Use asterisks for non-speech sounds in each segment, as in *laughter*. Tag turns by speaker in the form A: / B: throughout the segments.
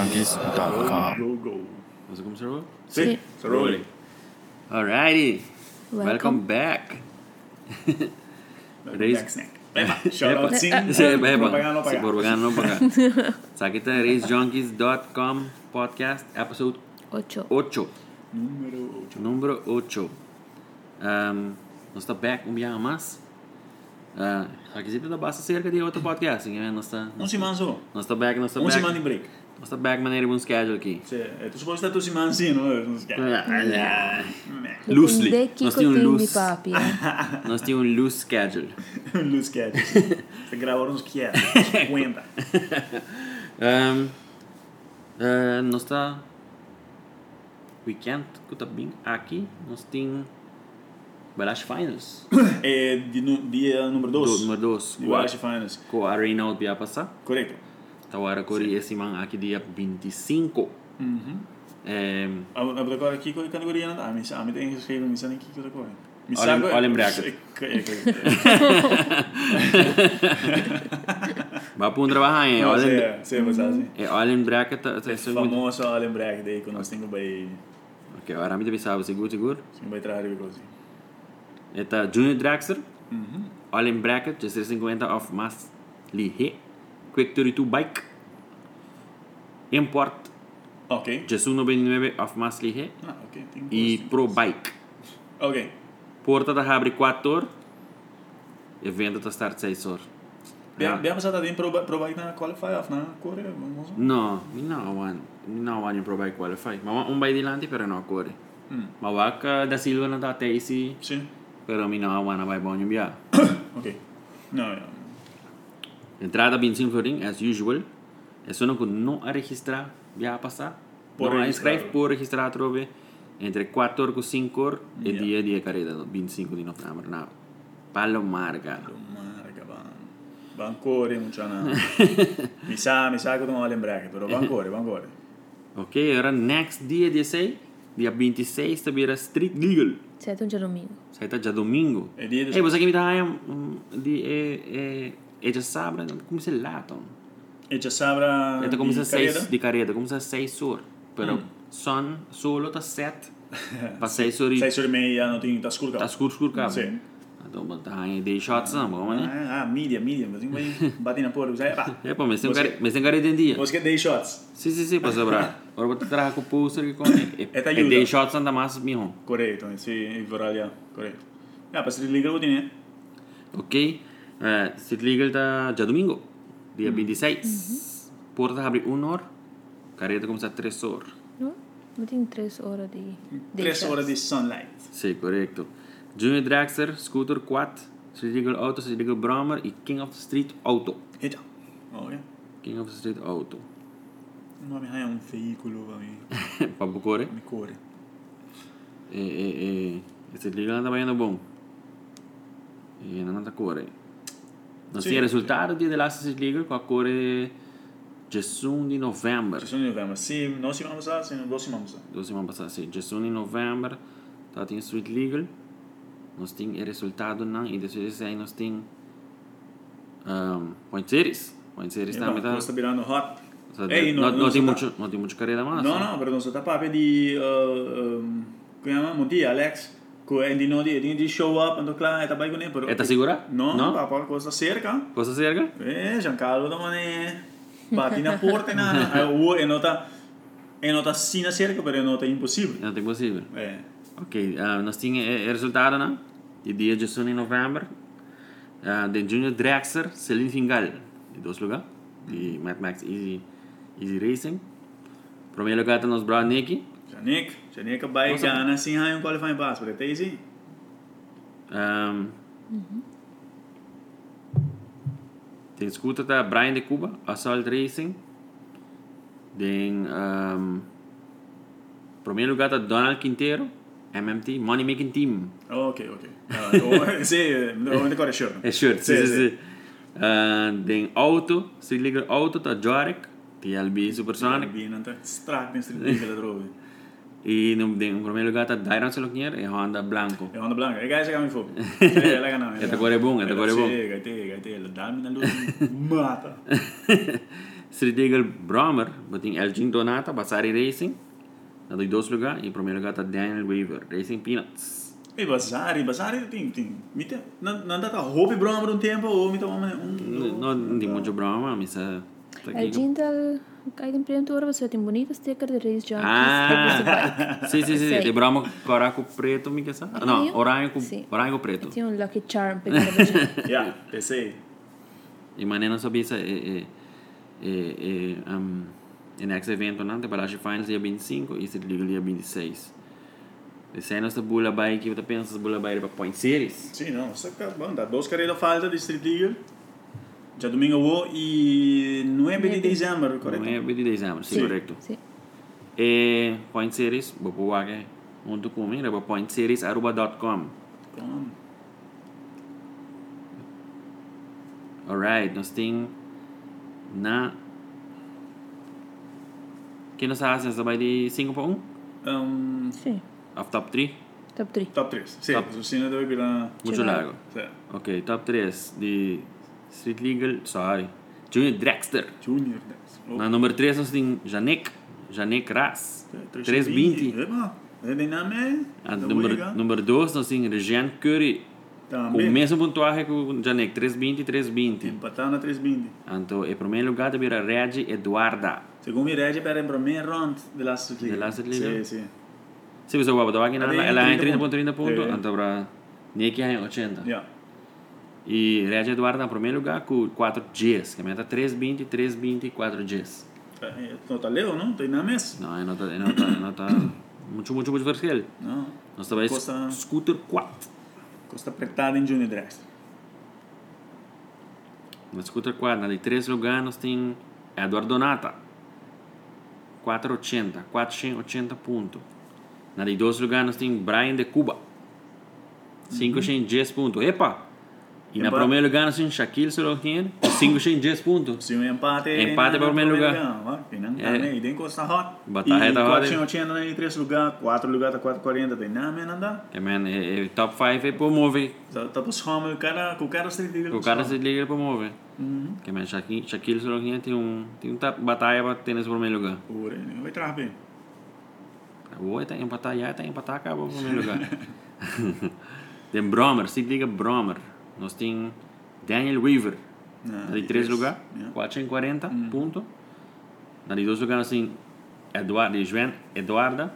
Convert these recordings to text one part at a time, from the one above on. A: Nerdist.com.
B: ¿Eso cómo se llama?
A: Sí.
B: Se rolling. Alrighty. Welcome, back. Reis-
C: Epa, *laughs* shout out
B: Epa.
C: sin
B: *laughs* Sí, epa,
C: propaganda no
B: sí,
C: pagada.
B: propaganda no pagada. Saquita de RaceJunkies.com podcast, episode
A: 8.
B: 8.
C: Número 8.
B: Número 8. Um, nós está back um dia a mais. Uh, aqui sempre dá basta cerca de outro podcast. Né? Nós está
C: Un semana solo.
B: nós está back, nós está
C: Un semana en
B: back.
C: break.
B: Nós está back maneira um schedule aqui.
C: O sea, eh, tú supongo que está tu semana sí, ¿no? Es que-
B: Ah, Loosely.
A: De que
B: Nós
A: eu
B: tem um
A: tenho de
B: loose.
A: papi.
B: Nós tem um loose schedule.
C: *laughs* Un loose
B: *laughs*
C: catch. Te grabaron unos quietos. nos Cuenta.
B: Um, uh, nós está weekend que está bem aqui. Nós tem Balash Finals.
C: Eh, di- nu- Día número
B: Do,
C: 2.
B: número 2.
C: Igualashi Finals.
B: Com a Reina ia passar.
C: Correcto.
B: Tawara Cori esse man aqui dia 25. É,
C: Ab- ab- agora aqui, qual é a categoria? não dá. Ah, me- ah, me tem que escrever, me sabe aqui que eu tô correndo. Me
B: Olha-
C: sabe-
B: olha em bracket.
C: Eh,
B: *laughs*
C: eh,
B: vai para um trabalho, hein?
C: eh,
B: Olha,
C: eh, Você vai usar assim.
B: é, olha em bracket. tá- tá- segundo-
C: Famoso Allen Brack daí, quando nós temos que
B: Ok, agora me pensava, seguro, seguro.
C: vai trabalhar e coisa.
B: Está Junior Draxler. Olha em bracket, 350 of Mass Lihe. Quick 32 Bike. Import,
C: Ok.
B: 199 of Mass Lihe.
C: Ah, ok. Tem
B: E
C: coisa.
B: Pro Bike.
C: Ok.
B: Porta da Rabre 4. Evento da Start 6 horas. Ah.
C: Bem, bem apesar de probar probar na qualify off na Coreia, vamos lá.
B: No, não one, não one probably qualify. Ma un by delante pero no corre.
C: Mm.
B: Ma vaca da Silva non da tesi,
C: Sim.
B: pero mi no one vai bonio via.
C: *coughs* Ok. Não, não.
B: Entrada 25 florin as usual. Es uno que no ha registrado via pasa.
C: Por
B: no ha
C: registrado.
B: inscrito por registrar trove entre 4 e 5 e 10 di carrera 25 di novembre. No. Palomarga.
C: Marca, van. Van Coreia, não tinha
B: *laughs*
C: nada. mi sa, mi sa che non ho l'embraque, però van Coreia, van Coreia.
B: Ok, ora next dia 16, dia 26 sta vira street legal.
A: 7 de domingo.
B: Sai tá dia domingo.
C: É dia de-
B: Ei, você que me dá um, de é é é já eh, sabe, né? como se lá então.
C: E già sabrà
B: Então como se seis de carreira, como se seis sur. Pero son solo tá *laughs* set. Para seis sur.
C: Sei sobre me hanno tenuto a scuola.
B: Tá escuro escuro cabo.
C: Sim.
B: Então tá aí de shots não, vamos né?
C: Ah, ah, media, media, mas
B: *laughs*
C: vai bater na porta, sai, pá.
B: É, pô, mas tem
C: Você-
B: cara, mas tem cara de dia.
C: Você quer 10 shots?
B: Sim, sim, sim,
C: *laughs*
B: para sobrar. Agora vou te trazer com o pulso que com é.
C: É, tá
B: É
C: ajuda.
B: de shots anda mais mijo.
C: Corretto, sì, vorrà lì, corretto. Ah, per essere lì, credo di ne.
B: Ok? Eh, Street Legal tá já domingo, dia 26. Porta abre 1 hora, carreta começa 3 horas.
A: Não? Não tem 3 horas de.
C: 3 ore di sunlight.
B: Sim, correto. Junior Draxler, Scooter 4, Street Legal Auto, Street Legal Brahmer e King of the Street Auto.
C: E già. Oh, Ok.
B: King of the Street Auto. *laughs*
C: Non mi hai un veicolo, va bene.
B: Papo core.
C: Mi cuore.
B: E, e, e, e Street Legal anda bem bom. E ainda não tá core. Não
C: Sì.
B: sei o resultado de The Last Street Legal com a core 1 de novembro.
C: Ci sono in novembre, sì, non si mangia, se non si mangia.
B: Då ser man bara se Jason i november, ta till Street Legal. Någonting är resultaten i det skulle säga någonting um, Point Series. Point Series där med
C: No,
B: det.
C: sta birando hot.
B: Så det
C: Eh, Ehi, no, ah, non
B: någonting
C: so
B: mucho, någonting mucho carrera
C: ta-
B: más.
C: No, no, perdono, sono tappato di... uh, um, Come chiama? Monti, Alex. E di no, di, di- di show up, andò là, e tappai con lui, però...
B: È ta sicura?
C: No,
B: No?
C: no, papà, qualcosa cerca.
B: Cosa serga?
C: Eh, Giancarlo domani *laughs* patina forte *laughs* na eh, uh, è nota è nota sina cerca però è nota impossibile.
B: Någonting possibel.
C: Eh,
B: Okej, okay, någonting är resultaten i det Jason i november. Uh, den Junior Draxler, Celine Fingal i dos lugar. I Mad Max Easy, Easy Racing. Primeiro lugar tá nos Brad Nicky.
C: Janik, Janik vai
B: Cosa-
C: Jana sin hai un qualifying pass per te sì.
B: Um, Den scooter där, Brian de Cuba, Assault Racing. Den... Um, primeiro lugar där, Donald Quintero, MMT, Money Making Team.
C: Ok, ok. Ah, *laughs* oh, sì, eh, ovviamente ancora sure.
B: É sure, sim,
C: Sì,
B: sim,
C: sì.
B: sim. Uh, den Auto, Street Legal Auto, där, Jarek, TLB Supersonic.
C: Bene, strap in street che la trovi.
B: E no den primeiro lugar där, Dyron Soloknier e Honda Blanco. *laughs*
C: E quando blanca, e guys, siamo in fu. Sì, la canna.
B: E te cuore buono, e te cuore
C: *laughs*
B: buono.
C: Sì, gai te, gai te, la dammi una luce. Mata.
B: Sridegel Brahmer, beting Elgin Donata, Basari Racing. Dat doe ik doos lugar. E primeiro lugar tá Daniel Weaver, Racing Peanuts.
C: E Basari, Basari tem. tem me tem não, não dá pra roupa e broma por um tempo, ou me toma um. dois,
B: No, hindi mo jo Brahmer, misa...
A: El Jindal, kijk in Prem Tour, was het een bonita sticker, de race jockeys.
B: Ah! *laughs* Sim, sim, sim. De Brahma cora com preto, me que sabe? Não,
A: Ah, Io?
B: oranho com
A: Sì.
B: oranho com preto.
A: Tinha um lucky charm pra ele.
B: *laughs*
C: Yeah, pensei.
B: E mané não sabia se é é é um em next evento não, para as finals dia 25 e se liga dia 26. E se nós bula bai que eu penso bula bai para point series.
C: Sim, não, isso é bom. Dá duas carreiras falta de Street League. Já domingo eu vou e 9 de
A: Nove.
C: dezembro, correto?
B: Não é 20 de dezembro, sim,
C: Sì.
B: correto.
A: Sim.
B: E Eh, point series, vou pôr aqui junto comigo, para point series arroba.com.
C: Então,
B: Alright, nós tem na que nós fazemos vai de 5 para 1
C: um,
A: Sim.
B: of top 3,
A: Top 3.
C: top 3. Sim,
B: Top.
C: o Sina deve virar.
B: muito
A: Sì.
B: largo.
C: Sim.
B: Ok, top 3 de Street Legal, sorry. Junior Drexter.
C: Junior Oh, 10.
B: Na número 3 nós temos Janek, Janek Ras. 320.
C: 320. Eba, é dinâmico.
B: A Ah, número, número 2 nós temos Regiane Curry, com o
C: Também.
B: mesmo pontuagem que o Janek, 320 320.
C: Empatar na 320.
B: Então, em primeiro lugar, deve vir Regi Eduarda.
C: Segundo mi regge per il primo round della Street League.
B: Della Street League?
C: Sì, sì.
B: Se você vai botar aqui,
C: Ela tem
B: ela é
C: 30 pontos.
B: 30.30 pontos,
C: É.
B: então para Nick é 80.
C: Yeah.
B: E Regi Eduarda, em primeiro lugar, com 4 Gs, que aumenta 320 320 4 Gs.
C: Eh, no, tá leu, não? Tem na mesa?
B: Não, é nota, é nota, é nota muito, muito, muito versátil.
C: Não.
B: Nós trabalhamos
C: Costa-
B: Scooter 4.
C: Costa apertada em Junior Drexler.
B: Na Scooter 4, na de 3 lugar, nós tem Eduardo Donata. 480, 480 pontos. Na de 2 lugar, nós tem Brian de Cuba. 510 pontos. Epa! E na
C: Epa.
B: primeiro lugar, nós temos Shaquille Sorokin. 510 pontos.
C: Se um empate...
B: Empate per me lugar. Eh.
C: Finalmente, e tem Costa Hot.
B: Batalha
C: e
B: tá hot, eh.
C: 480 na 3 lugar, 4 lugar tá 440, tem na mesa, não dá?
B: Que, man, é, é top 5 é promove.
C: Tá, tá pros homens, o cara, com o cara Street League.
B: O cara se liga e promove. Que, man, Shaquille, Shaquille Sorokin tem um, tem uma batalha para ter nesse primeiro lugar.
C: Pura, ele vai travar bem.
B: Acabou, tá empatar já, tá empatar,
C: *laughs*
B: acabou o primeiro lugar. *laughs* tem Bromer, se liga Bromer. Nós tem Daniel Weaver.
C: Ah,
B: de
C: de
B: três
C: três,
B: lugar,
C: yeah. Hum.
B: 440 ponto. Na de dois lugar, nós tem Eduardo e Joan, Eduarda.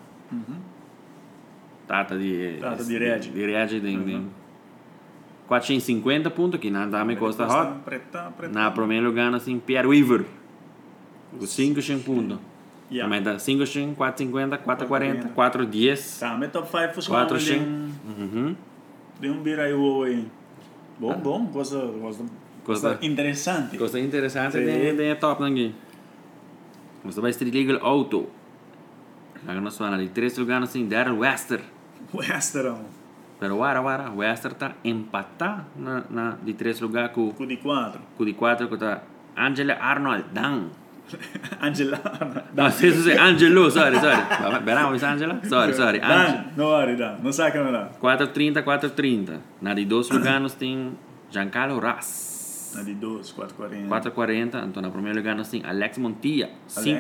B: Tata de...
C: Tata Uhum. de Uhum. Reage.
B: De Reage, tem- tem 450 pontos, que nada me custa hot.
C: Preta, preta.
B: Na primeiro lugar, nós tem Pierre Weaver. Com 500 pontos.
C: Yeah.
B: Também tá dá 500, 450, 440,
C: 440,
B: 410.
C: Tá, mas top 5 pros
B: Quatro,
C: homens,
B: sim.
C: deu um-
B: Uhum.
C: deu um beer aí, o aí. Bom,
B: Ah.
C: bom, coisa, coisa,
B: Coisa-
C: coisa interessante.
B: Coisa interessante,
C: Sim.
B: de, de top aqui. Você vai Street Legal Auto. Agora nós falamos ali, três lugares assim, Darren Wester.
C: Western,
B: Pero wara, wara, Wester tá empatado na, na, de três lugares com
C: cu de 4.
B: com de quatro, que tá Angela Arnold, Dan.
C: *laughs* Angela.
B: Não, se isso é Angelo, sorry, sorry. Verão, é Angela? Sorry, sorry. Angela.
C: Dan, não vale, Dan. Não saca, não dá.
B: 430, 430. Na de *coughs* dois lugares tem Giancarlo Ras.
C: Na de 12, 440.
B: 440, então na primeiro lugar nós temos Alex Montilla,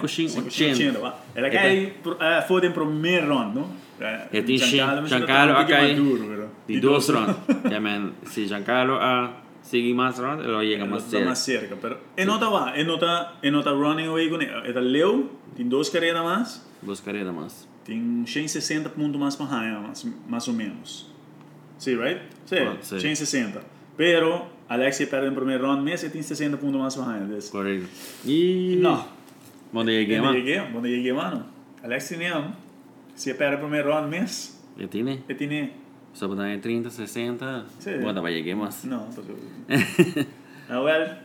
B: 5580.
C: Ela cai, pro- eh, fodem pro primeiro round, não? Eh,
B: E É tem
C: Giancarlo, mas
B: Giancarlo
C: tá um
B: a
C: pouquinho
B: cair
C: mais duro, pero.
B: de dos rondas. *laughs* Ya, man, si Giancarlo ah, sigue más rondas, lo llega
C: Ela
B: más
C: tá
B: cerca.
C: mais cerca, pero... E nota lá, e nota, e nota running away com ele. Ela leu, tem duas carreiras a mais.
B: Dos carreras más.
C: Tem 160 pontos mais para Ryan, mais, mais ou menos. Sim, right?
B: Ah,
C: Sim,
B: sim.
C: 160. Pero, Alex perde no primeiro round, Messi tem 60 pontos mais para Ryan. desse.
B: Correcto. Y.
C: Não.
B: ¿Dónde llegué,
C: Quando
B: man?
C: cheguei, quando cheguei, mano, Alex tinha, se perde no primeiro round, Messi,
B: ¿Ya tiene? pues,
C: ele tinha,
B: Só para dar 30, 60.
C: Sí.
B: Bueno, para llegué más.
C: não, tô *laughs* Ah, well,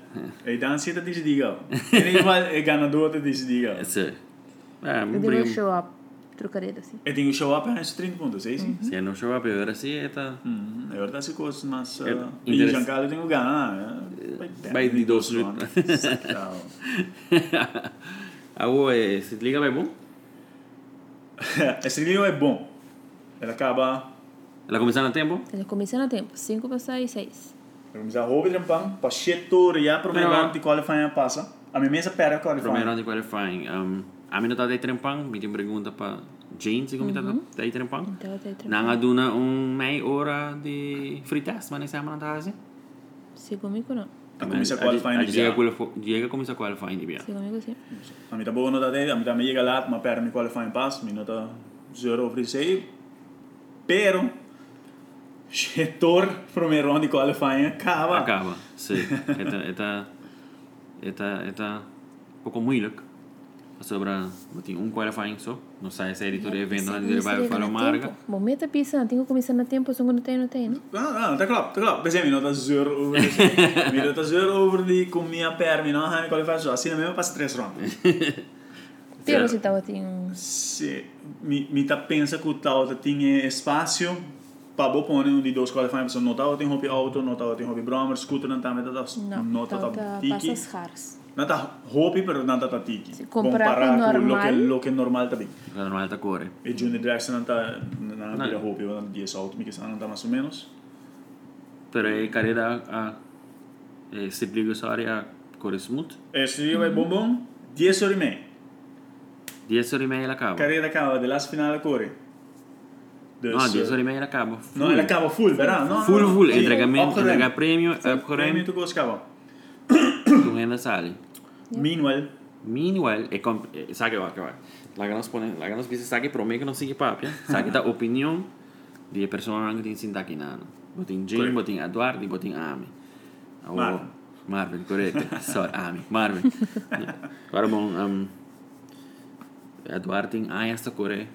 C: ele dá ansiedade de desligar. Ele igual, ele ganador de desligar.
B: Sí. Ah,
A: Eu
B: muy
A: devo
B: bien.
A: show up. Trocareta, assim.
C: Ele tem que show up para 30 pontos, é isso?
B: Si no yo va a peor así, está.
C: Uhum. É verdade, se coisas, mas... Uh,
B: É,
C: e
B: interessa-
C: Giancarlo tem que ganhar.
B: vai de dois
C: rounds. Sacral.
B: Hago, eh, si te liga, bebo.
C: Esse livro é bom. Ele acaba.
B: La comisaron a tiempo.
A: Ele começou no tempo. 5 para 6, 6.
C: Organizar hoofdrempang, Pachetto, ja, probeer
B: Ja.
C: aan die qualifying aanpassen. Aan mijn mensen per qualifying.
B: Primeiro round de qualifying. Um, a minha tá de trempang, me tem pergunta para Jane se como tá de trempang.
A: Então, até tra-
B: Nanga duna um meia hora de free test, mas nem sabe nada assim.
A: Se comigo não.
C: Dan kom je ze qualifying niet
B: Llega
C: meer.
B: qualifying, llega como se qualifying de bien.
A: Se comigo sim.
C: Aan mij dat boven dat deed, aan mij dat me llega laat, maar per mijn qualifying pas. Mij dat zero of risei. Pero, Chetor, primeiro round die qualifying acaba.
B: Acaba.
C: *laughs*
B: Sí. Esta, esta, esta, esta poco moeilijk. Sobre, tem um qualifying só. Não sai se editor de evento, ele vai para o marca.
A: Bom, meta pizza, não tenho que começar na tempo, só quando tem, não tem, né?
C: Ah, ah, dat klopt, dat klopt. We zijn minuten zeur over. Minuten dat zeur over die kom niet aan per minuut gaan kwalificeren. Zoals zien, we pas tres rounds.
A: Tiro se tava tem um.
C: Se mi mi tá pensa que o tal tá tinha espaço para bom pôr um de dois qualifying pessoa não tá tem hobby auto, não tá tem hobby Brahma, scooter não tá meta tá
A: Não,
C: não tá
A: então
C: tá
A: tá
C: tiki.
A: passas raras.
C: Não tá hobby, pero não tá tá tiki.
A: Se comparar com normal.
C: lo que normal tá bem.
B: Normal está corre.
C: E Junior Draxler não tá não
B: Não.
C: tá hobby, não tá 10 auto, me que não tá mais ou menos.
B: Pero aí, carreira a. eh, Se pliega essa área, corre smooth.
C: Esse dia vai bom bom, 10 horas e meia.
B: 10 horas e meia ele acaba.
C: Carreira acaba, de last finale corre. Dus,
B: Não, 10
C: eh,
B: horas e meia ele acaba.
C: No, ele acaba full, verá? Não,
B: Full,
C: não,
B: full.
C: sim,
B: Entregamento,
C: opgeruimd.
B: entregar prêmio,
C: Prêmio
B: upgrade,
C: tu acaba.
B: tu renda sale.
C: Meanwhile,
B: Meanwhile, é comp... é, sabe o que vai? Lá que nós pone, lá que nós pisa, sabe prometo que não sigue papo, né? sabe da opinião de pessoa que tem sinta aqui nada. Botin Jim,
C: Correct.
B: botin Eduardo, botin Ami. Ou-
C: Marvin.
B: Marvin, correto. Sorry, Ami, Marvin. Agora bom, um, Eduardo tem a esta core.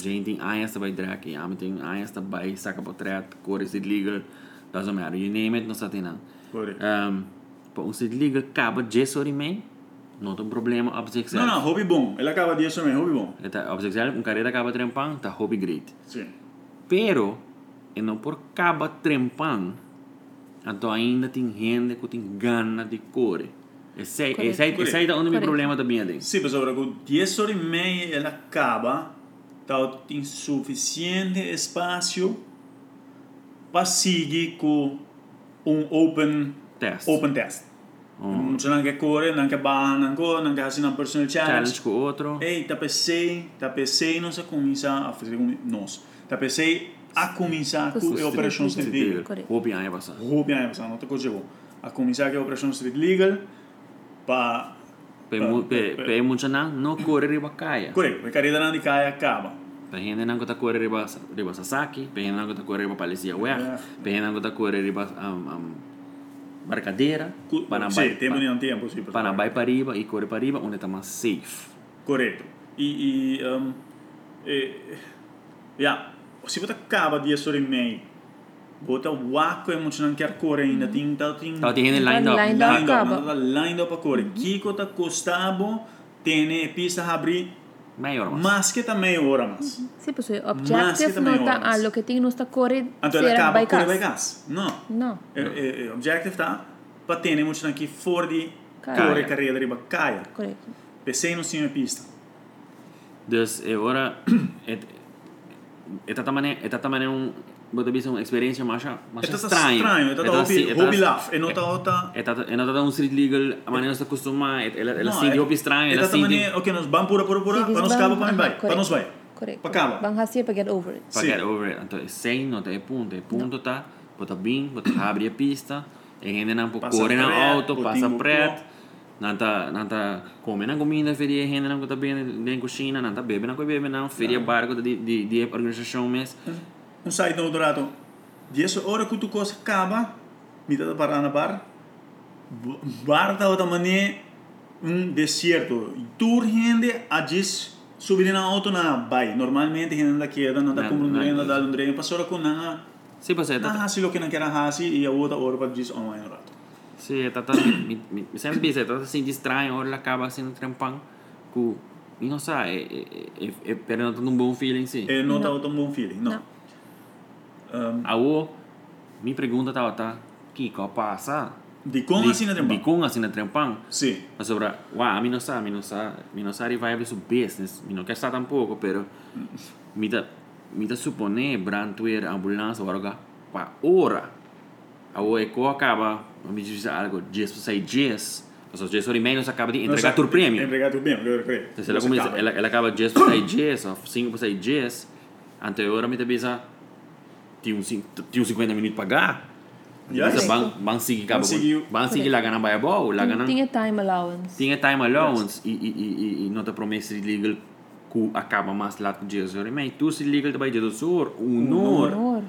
B: Jane tem a esta vai drag, Ami tem a esta vai saca potret, cores illegal, doesn't matter. You name it, não sabe nada.
C: correct.
B: Ehm, Pô, um Cid Liga acaba de sorriment. Não tem problema, obsexo.
C: Não, não, hobby bom. Ele acaba disso também, hobby bom.
B: Tá, obsexo, um carreira acaba trempando, tá hobby great.
C: Sim.
B: Pero, e não por acaba trempando, então ainda tem gente que tem gana de core. Esse é
A: Correto.
B: esse é- esse é da onde o meu
A: Correto.
B: problema também é. dentro.
C: Sim, pessoal, com 10 horas e meia ele acaba, tá tem suficiente espaço para seguir com um open
B: Test.
C: open test.
B: Um
C: Você não quer correr, não quer barra, não quer, não quer fazer um personal challenge.
B: challenge com o outro.
C: Ei, tapecei, tapecei, não se começar a fazer um... Nossa, tapecei a começar com
A: Sim.
C: a operação
A: Sim.
C: Street Legal. Oh,
A: Correto.
B: Hobby aí passar.
C: Rubi a não te consigo. A começar com a operação Street Legal para...
B: Pé muito não, não corre riba caia.
C: Correto, a carreira na de caia acaba.
B: Pejena nango ta corre riba, riba Sasaki, pejena nango ta corre riba Palesia Weah,
C: Ja.
B: pejena nango ta corre riba um, um, Barcadeira,
C: Cu-
B: Panabai,
C: Sim, tempo nem tempo, sim. por favor.
B: Panabai para riba e corre para riba, onde tá mais safe.
C: Correto. E... e, um, eh, e yeah. Se você acaba de assumir meio, bota o vácuo emocionante que a cor ainda tem, tá, tem...
B: Tá tendo lined up.
A: Lined
C: lined up,
A: acaba.
C: nada lined up a cor. Kiko tá costado, tem pista a abrir,
B: Maior mas.
C: mas que tá meia hora mais.
A: Sim, pessoal,
C: Mas que
A: pues, objective
C: também
A: não tá.
C: horas.
A: Ah, lo que tem não está corre.
C: Então ele
A: será
C: acaba
A: by
C: com
A: cast.
C: vai gas. Não.
A: Não.
C: É, é, é, objective tá para ter muito aqui fora de
A: Caia.
C: cor e carreira de bacaia.
A: Correto.
C: Pensei no senhor pista.
B: Dus eh, ora *clears throat* et eta tamane eta tamane um bota bisa uma experiência mais mais
C: É tão
B: estranha.
C: estranho, é tão hobby, hobby laugh. É não tá outra...
B: Eta eta da um street legal, a maneira está acostumada, ela ela
C: Não,
B: sente
C: é-
B: hobby estranho,
C: é
B: ela
C: tanta
B: sente
C: maneira, ok, nós vamos pura, pura, pura,
A: Sim,
C: para nos
A: vamos-
C: cabo, para
A: Aham,
C: vai, para
A: correto.
C: nos vai.
A: Correto.
C: Para cabo.
A: Van Hassier para get over it.
B: para
C: Sim.
B: get over it. Então, sem não tem ponto, é ponto tá, bota bem, bota *coughs* abre a pista, e ainda não pô
C: Passa
B: corre na
C: preto,
B: auto,
C: botinho
B: passa
C: no
B: preto,
C: pó.
B: não tá, não tá comendo a comida, feria ainda não tá bem nem cozinha, não tá bebendo com bebe não, feria barco de de de organização mês.
C: Um side note do rato. E essa hora que tu coisa acaba, me dá para na bar. b- Bar da outra maneira, um deserto. E tu rende a diz subir na auto na bai. Normalmente rende da queda, não dá
B: Na-
C: como um
B: na-
C: dreno, dá um dreno. Passou com na
B: Sim, pois é, tá-
C: na hasi Ah, lo que não quer hasi e a outra hora para diz online no rato.
B: Sí, está tan, mi, mi, mi sempre dice, está assim distraem, ora ela acaba sendo um trampão, que e não sabe, é, é, é, é, pero não tem um bom feeling sim.
C: E não dá outro bom feeling, não.
A: Não.
B: A o me pergunta tá, tá, que que passa?
C: De como assim na
B: De
C: trempa?
B: como assim na trampão?
C: Sim.
B: Mas sobre, uau, a mim não sabe, a mim não sabe, a mim não sabe vai abrir seu business, a mim não quer estar tampouco, pero me tá me tá suponer brantuer ambulância agora para hora A OECO acaba, me diz algo, 10 para sair 10, ou seja, 10 horas e meia nós acaba de
C: Não,
B: entregar
C: sabe,
B: o prêmio.
C: Entregar tu prêmio, eu creio.
B: Entonces ela, começa, ela, ela acaba 10 para sair 10, ou 5 para sair 10, anterior me avisa, tinha uns cin- tinha uns 50 minutos para pagar.
C: Yes.
B: Yes. Van, van seguir, acaba,
C: seguir.
B: van seguir lá ganhando baiabol, lá ganhando...
A: Tinha time allowance.
B: Tinha time allowance e, e, e, e, e nota promessa legal que acaba mais lá com 10 horas e meia. Tu se liga também de 2 horas, 1 hora.
A: Honor.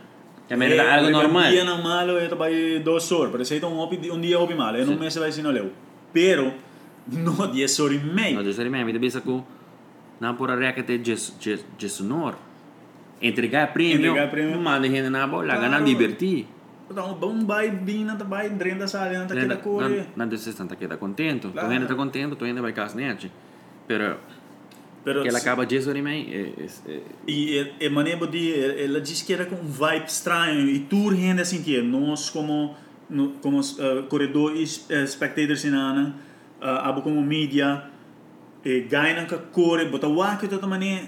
B: Também era algo normal.
C: Eh, Día normal eu trabalhei dois horas, parece que um, op- um dia houve mal, eu não me sei se não leu. Pero, no 10 horas e
B: No,
C: meia.
B: 10 horas e meia, me pensa que não por a reca até 10 horas. Entregar prêmio,
C: Entregar prêmio.
B: manda gente na bola,
C: Claro.
B: ganhar divertir.
C: Então, bom vai bem, não vai, drenda sale, não tá aquela coisa.
B: Na decisão tá queda contento. Tu
C: Claro.
B: ainda tá contento, tu ainda vai casa nete. Pero,
C: Pero,
B: que ela acaba 10 horas e meia. é- é- é-
C: E é maneiro de ela disse que era com um vibe estranho e tudo rende assim que nós como no, como eh, corredor e es- eh, spectators em Ana, uh, abo como mídia e ganha com a cor, bota o ar que de outra maneira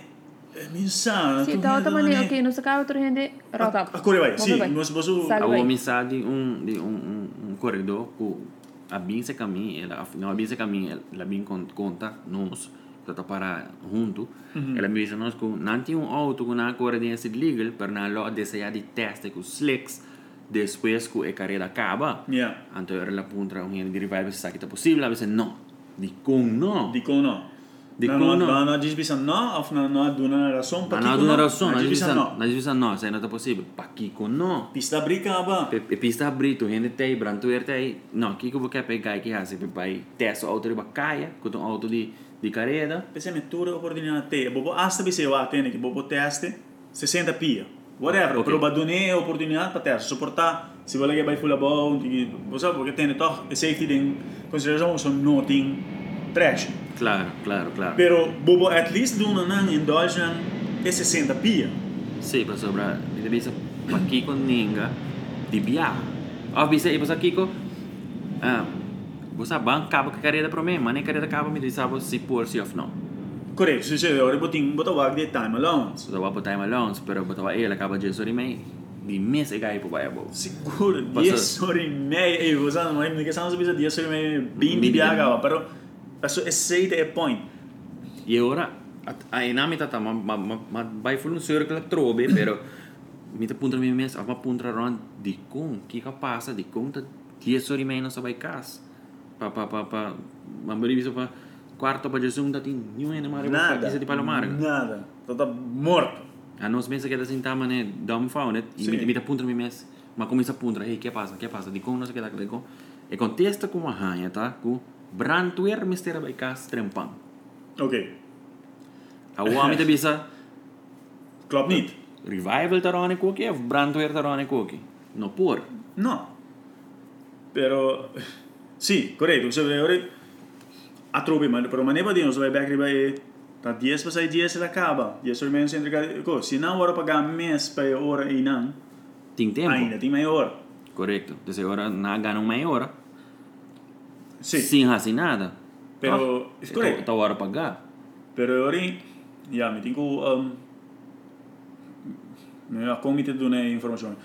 C: é mensagem.
A: Sim, da outra maneira, ok, não se acaba de render rota.
C: A- a cor vai, sim, nós vamos-
B: A
A: Salve aí.
B: omissão de um, de um, um, um corredor que a BIM se caminha, ela, não, a BIM se caminha, ela- a BIM con- conta, nós, que está para junto, ela me disse a nós que não tinha um auto que não corre de ser legal, para não lá desejar de teste com slicks, depois que a carreira acaba,
C: Yeah.
B: então ela aponta um de rival, se sabe que está possível, ela disse não, de com não.
C: De como não?
B: De
C: não,
B: como
C: não,
B: não.
C: não, não diz bisa não, ou não, não dá uma razão para
B: Na
C: que como
B: nada na razão,
C: não
B: na
C: diz bisa
B: divisão
C: não.
B: não, na divisão não, isso aí não está possível, para que com não.
C: Pista bricaba.
B: Pe- pe- Pista abrindo, rende tem, branco verde aí. Não, o que que eu vou querer pegar aqui? Ah, você vai testar o auto de bacaia, com um auto de, de carreira.
C: Pensei, me tudo oportunidade te. Bobo, hasta bise eu atende que bobo teste 60 pia. Whatever,
B: Ok.
C: okay. proba dune oportunidade para teste. Suportar, se você quer vai full bom, você porque tem toch e safety tem consideração, são não tem trash.
B: Claro, claro, claro.
C: Pero bobo at least do nan em Deutschland é 60 pia.
B: Sim, para sobrar, ele pensa, para aqui com ninguém, de viagem. Ó, pensa aí, para aqui com... Ah, você banca acaba com a carreira para mim, mas nem carreira acaba, me diz, sabe, se por, se off, não.
C: Correto, se você ora botin botawag de time allowance.
B: Você vai para time allowance, pero botava ele, acaba de horas e meia, de mês e gai para o baia
C: Seguro,
B: Pasa-
C: 10 horas e meia. E você não vai me questão sobre 10 horas e meia, 20
B: Mínimo.
C: viaga, pero isso é 6 é point.
B: E ora, a enamita tá, ma, ma, ma, ma vai full un circolo trobe, pero mi te punta mi mes, ma punta ron di con, chi ca passa di con, ti so rimeno sa vai cas. Pa pa pa pa, ma mi riviso pa quarto pa Gesù da ti niente mare pa
C: Nada.
B: chi se di palomar.
C: Nada. Tu tá morto.
B: A nos mesa che da sentama ne dumbfounded, e mi mi te punta mi mes, ma come sa punta, hey, che passa, che passa, di con non sa che da di con. E contesta con ma hanya ta, cu brantuer mistera vai cas trempan.
C: Ok.
B: A uomo te bisa
C: Klopt niet.
B: Revival Tarone Cookie of Brandware Tarone Cookie? No por.
C: No. Pero... Sì, corretto. Se vuoi ora... A trovi, ma per una neva di non so vai back vai... Da 10 passai 10 la cava. 10 ore meno si entra... Co, se non ora paga mes per ora e non...
B: Tem tempo.
C: Ainda, ti mai ora.
B: Correto. Então agora na gana uma hora.
C: Sì.
B: Sem raci nada.
C: Pero-
B: Ah,
C: é
B: tá-
C: correto.
B: Tá hora pagar.
C: Pero ora... Ja, mi dico... Um, ja, come ti do ne informazioni.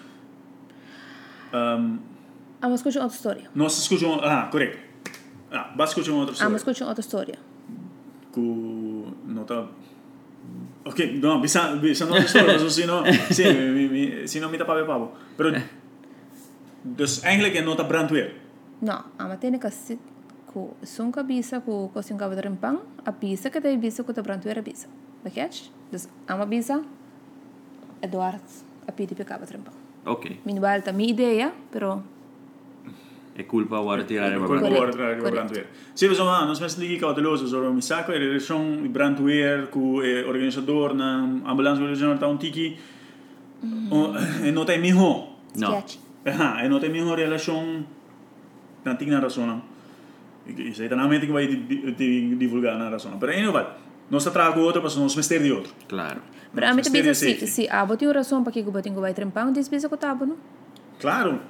C: Um,
A: Ah, mas escuta outra história.
C: Nós escutamos. Ah, correto. Ah, basta escutar outra
A: Ah,
C: história.
A: mas escuta outra história.
C: Com. Não tá. Ok, não, bisa, bisa não outra história, mas se não. Sim, mi- mi- se não me dá para ver pavo. Pero. Dus eigenlijk é nota brandweer.
A: Não, a matéria que se com são cabeça com com sem cabo de rampão, a pizza que tem pizza com a brantura pizza. Bakech? Dus a uma pizza Eduardo a pidi pe cabo de rampão.
B: Ok.
A: Meanwhile, tá minha ideia, pero
B: É culpa agora tirar a
C: Correto,
B: barba.
A: Correto,
C: correto.
A: correto.
C: brandweer. Sim, mas ah, nós mesmos ligamos cautelosos sobre o missaco, a relação de brandweer com o organizador, na ambulância organizadora, tá um tiki. eh, E não tem melhor.
B: Não.
A: sketch.
C: Aha, e não tem nenhuma relação. Não tem nada razão. Isso aí tá na mente que vai di- di- di- divulgar na razão. Mas, anyway, nós trago outro, mas nós mestre de outro.
B: Claro.
A: Pero a mim também
C: Mister
A: se
C: Safety.
A: se a botinho razão para que o botinho vai trampão, diz pizza com tabo, não?
C: Claro.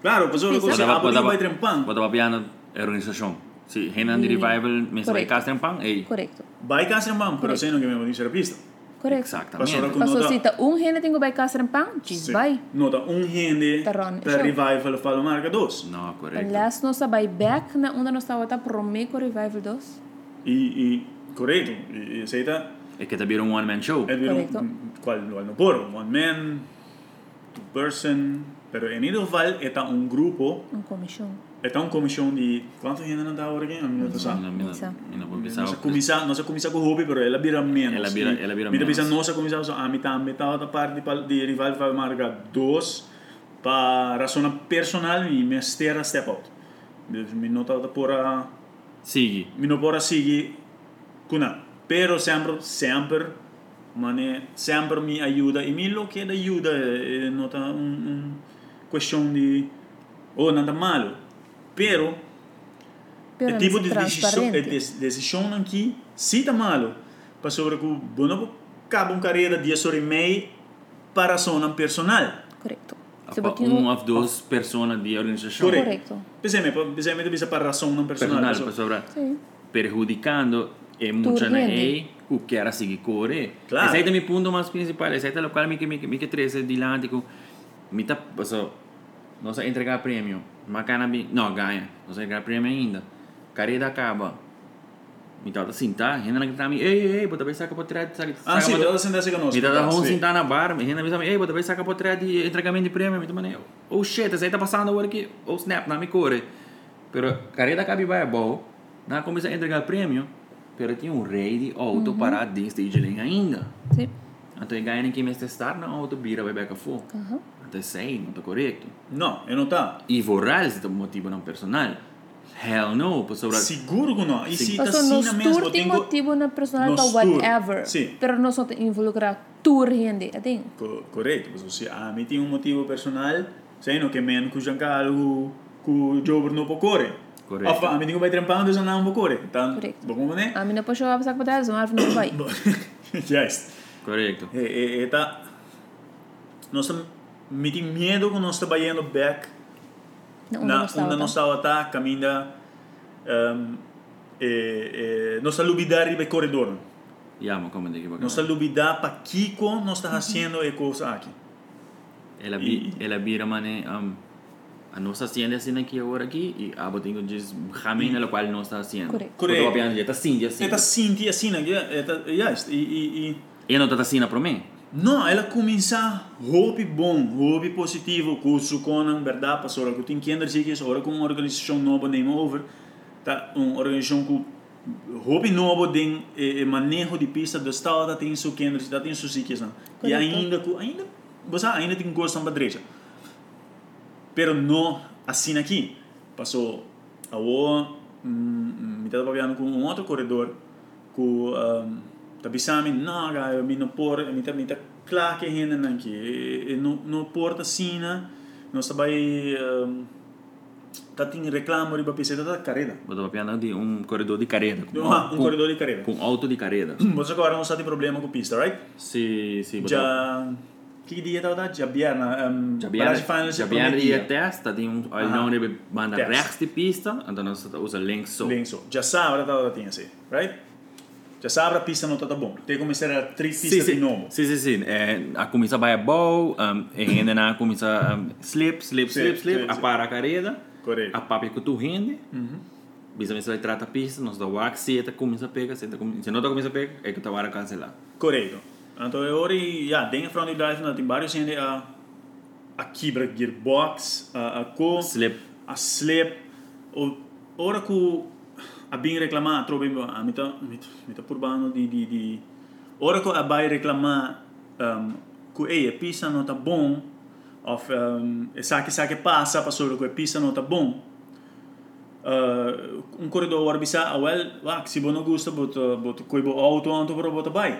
C: Claro, mas olha,
A: Isso.
C: você abre e vai trampando.
B: Botava piano a organização. Se Renan de Revival, mesa vai
A: Correto.
B: casa trempan, ei.
A: Correto.
C: Vai cá trampando, mas você não quer me dizer a pista.
A: Correcto.
C: Pasó
B: Exactamente.
C: con-
A: Pasó
C: Nota-
A: cita um renda tem que vai caçar em pão, diz vai.
C: Nota um rende
A: Tá ron-
C: para
A: show.
C: revival para marca 2.
B: No, correcto.
A: Aliás, nós vai back na onde nós estava tá promeco revival 2.
C: E, e correto, e, e seita
B: Es que te vieron un one-man show.
C: é vieron
A: Correcto.
C: qual qual no por one man, two person, pero en Iroval está um grupo,
A: Um comissão.
C: está um comissão de quanto rende não dá agora que a minha não sabe.
B: No, mira,
A: Isa.
B: mira, porque
C: Não se
B: sabe-
C: comisa, não se comisa com hobby, pero ela vira menos.
B: Ela vira- ela vira
C: Mira,
B: menos.
C: pensa, não se comisa, so, a mitad, a mitad da parte de, pal- de rival vai marcar dois para razão personal e me estera step out. Me nota da pora,
B: Sigue.
C: me não pora seguir com nada. Pero sempre, sempre, mane, sempre me ajuda e me lo que da ajuda é nota um, um questão de oh, nada malo. Pero
A: Pelo
C: é tipo
A: menos
C: de decisão, é
A: transparente.
C: de- decisão em que se tá malo, para sobre que o bono acaba uma carreira de sobre meio para zona personal.
A: Ah, Correto.
C: Ah,
A: Se
B: Apa-
A: botinho-
C: um
B: Un of dos personas de organización.
A: Correcto.
C: Pensei, pensei me bisa para zona personal.
B: Personal,
C: pessoal.
B: pues, sobra.
A: Sim.
B: perjudicando e mucha Uh, na
A: Turbiende.
B: e cuquera sigue core.
C: Claro.
B: Ese es mi punto más principal, ese es lo cual mi que mi que mi que tres es dilante con mi ta, o sea, no se entrega premio, macana bi, no ganha, no se entrega premio ainda. Carreira acaba. Mi tata sinta, gente na que tá mi, ei, ei, bota bem saca por trás, saca.
C: Ah,
B: saca
C: sim,
B: por-
C: toda a sentença que nós.
B: Mi tata hon sinta tá, na bar, mi gente avisa mi, ei, bota bem saca por trás de entregamento de prêmio, mi também. Oh shit, esse aí tá passando agora aqui, oh snap, na mi core. Pero carrera capibara é bom, na começa a entregar prêmio, pero tinha um rei de auto para de stage lane ainda.
A: Sim.
B: Então, ganha nem que me testar na auto bira vai beca fu.
A: Aham.
B: Então, sei, não tá correto.
C: Não, eu não tá.
B: E vorral se tá motivo não personal. Hell no, por sobre
C: Seguro que não. E se tá
A: Passou
C: assim
A: nos
C: na
A: tour
C: mesma,
A: tem
C: tenho...
A: motivo na personal
C: Nos
A: para
C: tour.
A: whatever.
C: Sim.
A: Pero nós não involucrar tour rende. É tem.
C: Co- Correto, pessoal. Se a mim tem um motivo personal, sei não, que menos que o Giancarlo, que o Jobber não pocore.
B: Correto.
C: Opa, a mim tem que vai trampando, eu não pocore. Então,
A: Correto.
C: bom, né?
A: A mim não pode jogar para saco para trás, não vai.
C: *laughs* yes.
B: correto.
C: É, é, é, tá. Nós tam- me tem medo que nós estamos indo back
A: Não,
C: na
A: não
C: onde nós
A: estava.
C: estava tá caminho um, é, é, nós estamos duvidar de corredor
B: E amo como de que
C: nós estamos duvidar para Kiko nós está fazendo e coisa aqui
B: Ela bi, ela bira mané um, a nossa hacienda assim aqui agora aqui e a botinho diz ramen ela qual não está haciendo.
A: Correcto.
C: Mm. Correcto.
B: Correto. Está sim, está sim.
C: ela sente assim né? é, é, tá, yes, e, e, e
B: E não está assim para mim.
C: não ela começa roupa bom roupa positivo curso Conan verdade pastor que eu tenho que entender que é agora com uma organização nova name over tá uma organização com roupa nova tem eh, eh, manejo de pista do estado tá tem seu kendra tá tem suas dicas não e
A: Correto.
C: ainda com ainda você ainda tem gosto da direita pero não assim aqui passou a mm, o me estava trabalhando com um outro corredor com um, tá pensando não cara me não por me tá me tá claro que ainda não aqui E- e não não eh, porta assim né não sabe tá tem um, reclamo de papel da carreira
B: Botou pra piano de um corredor de careta. Com,
C: Ah, um
B: com-
C: corredor Mm, de carreira
B: Com auto de careta.
C: você agora não sabe problema com pista right
B: Sim, sim.
C: pues já que dia tá tá já bierna um,
B: Jabiana,
C: finals
B: Jabiana e a testa, tem um olhão de banda
C: Test.
B: rechts de pista, então nós usa links só.
C: Lenço. Já sabe da hora tinha assim, right? Já sabe a pista não tá tão bom. Tem que começar a três
B: Sim,
C: pistas de
B: sim,
C: novo.
B: sim, sim, sim. É, a começa vai a bow, um, e ainda na começa um, slip, slip,
C: Sim,
B: slip, slip,
C: sim, Uhum.
B: a
C: sim.
B: para a careta,
C: Correto.
B: a papia que tu rende, bisamente vai tratar a pista, nós dá o axe, seta, começa a pegar, seta, come- se não tá começa a pegar, é que tá hora cancelar.
C: Correto. Então agora, já tem a front drive, não tem vários ainda a a quebra gearbox, a a co,
B: Slip,
C: a slip. O ora que a bem reclamar, trobe a mita mita mita purbano de de de ora que a vai reclamar um, que ei, a pista não tá bom, of um, saque saque passa, passou que a pista não tá bom. uh, un corridor war bisa awel wak si bono gusto bot bot koi bo auto anto pro bot bai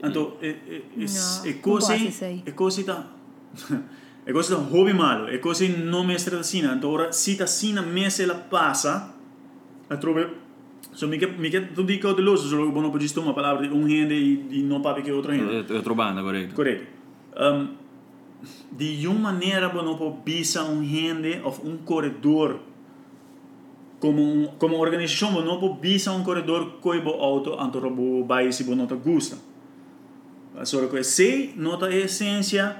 C: anto e e e
A: No,
C: e
A: un po'
C: così
A: si sei.
C: e così ta *laughs* e così ta hobby malo e così non mi strada sina anto ora si ta sina mese la passa a trove so mica mica tu dico dello solo bono po giusto una parola di un hende di, di non papi che altro hende
B: eu- eu trobando, correto.
C: Correto. Ehm, de uma maneira, não pode um rende ou um corredor como um, como organização, não pode um corredor que o auto antrobo vai se não te gusta. Sora que sei nota a essência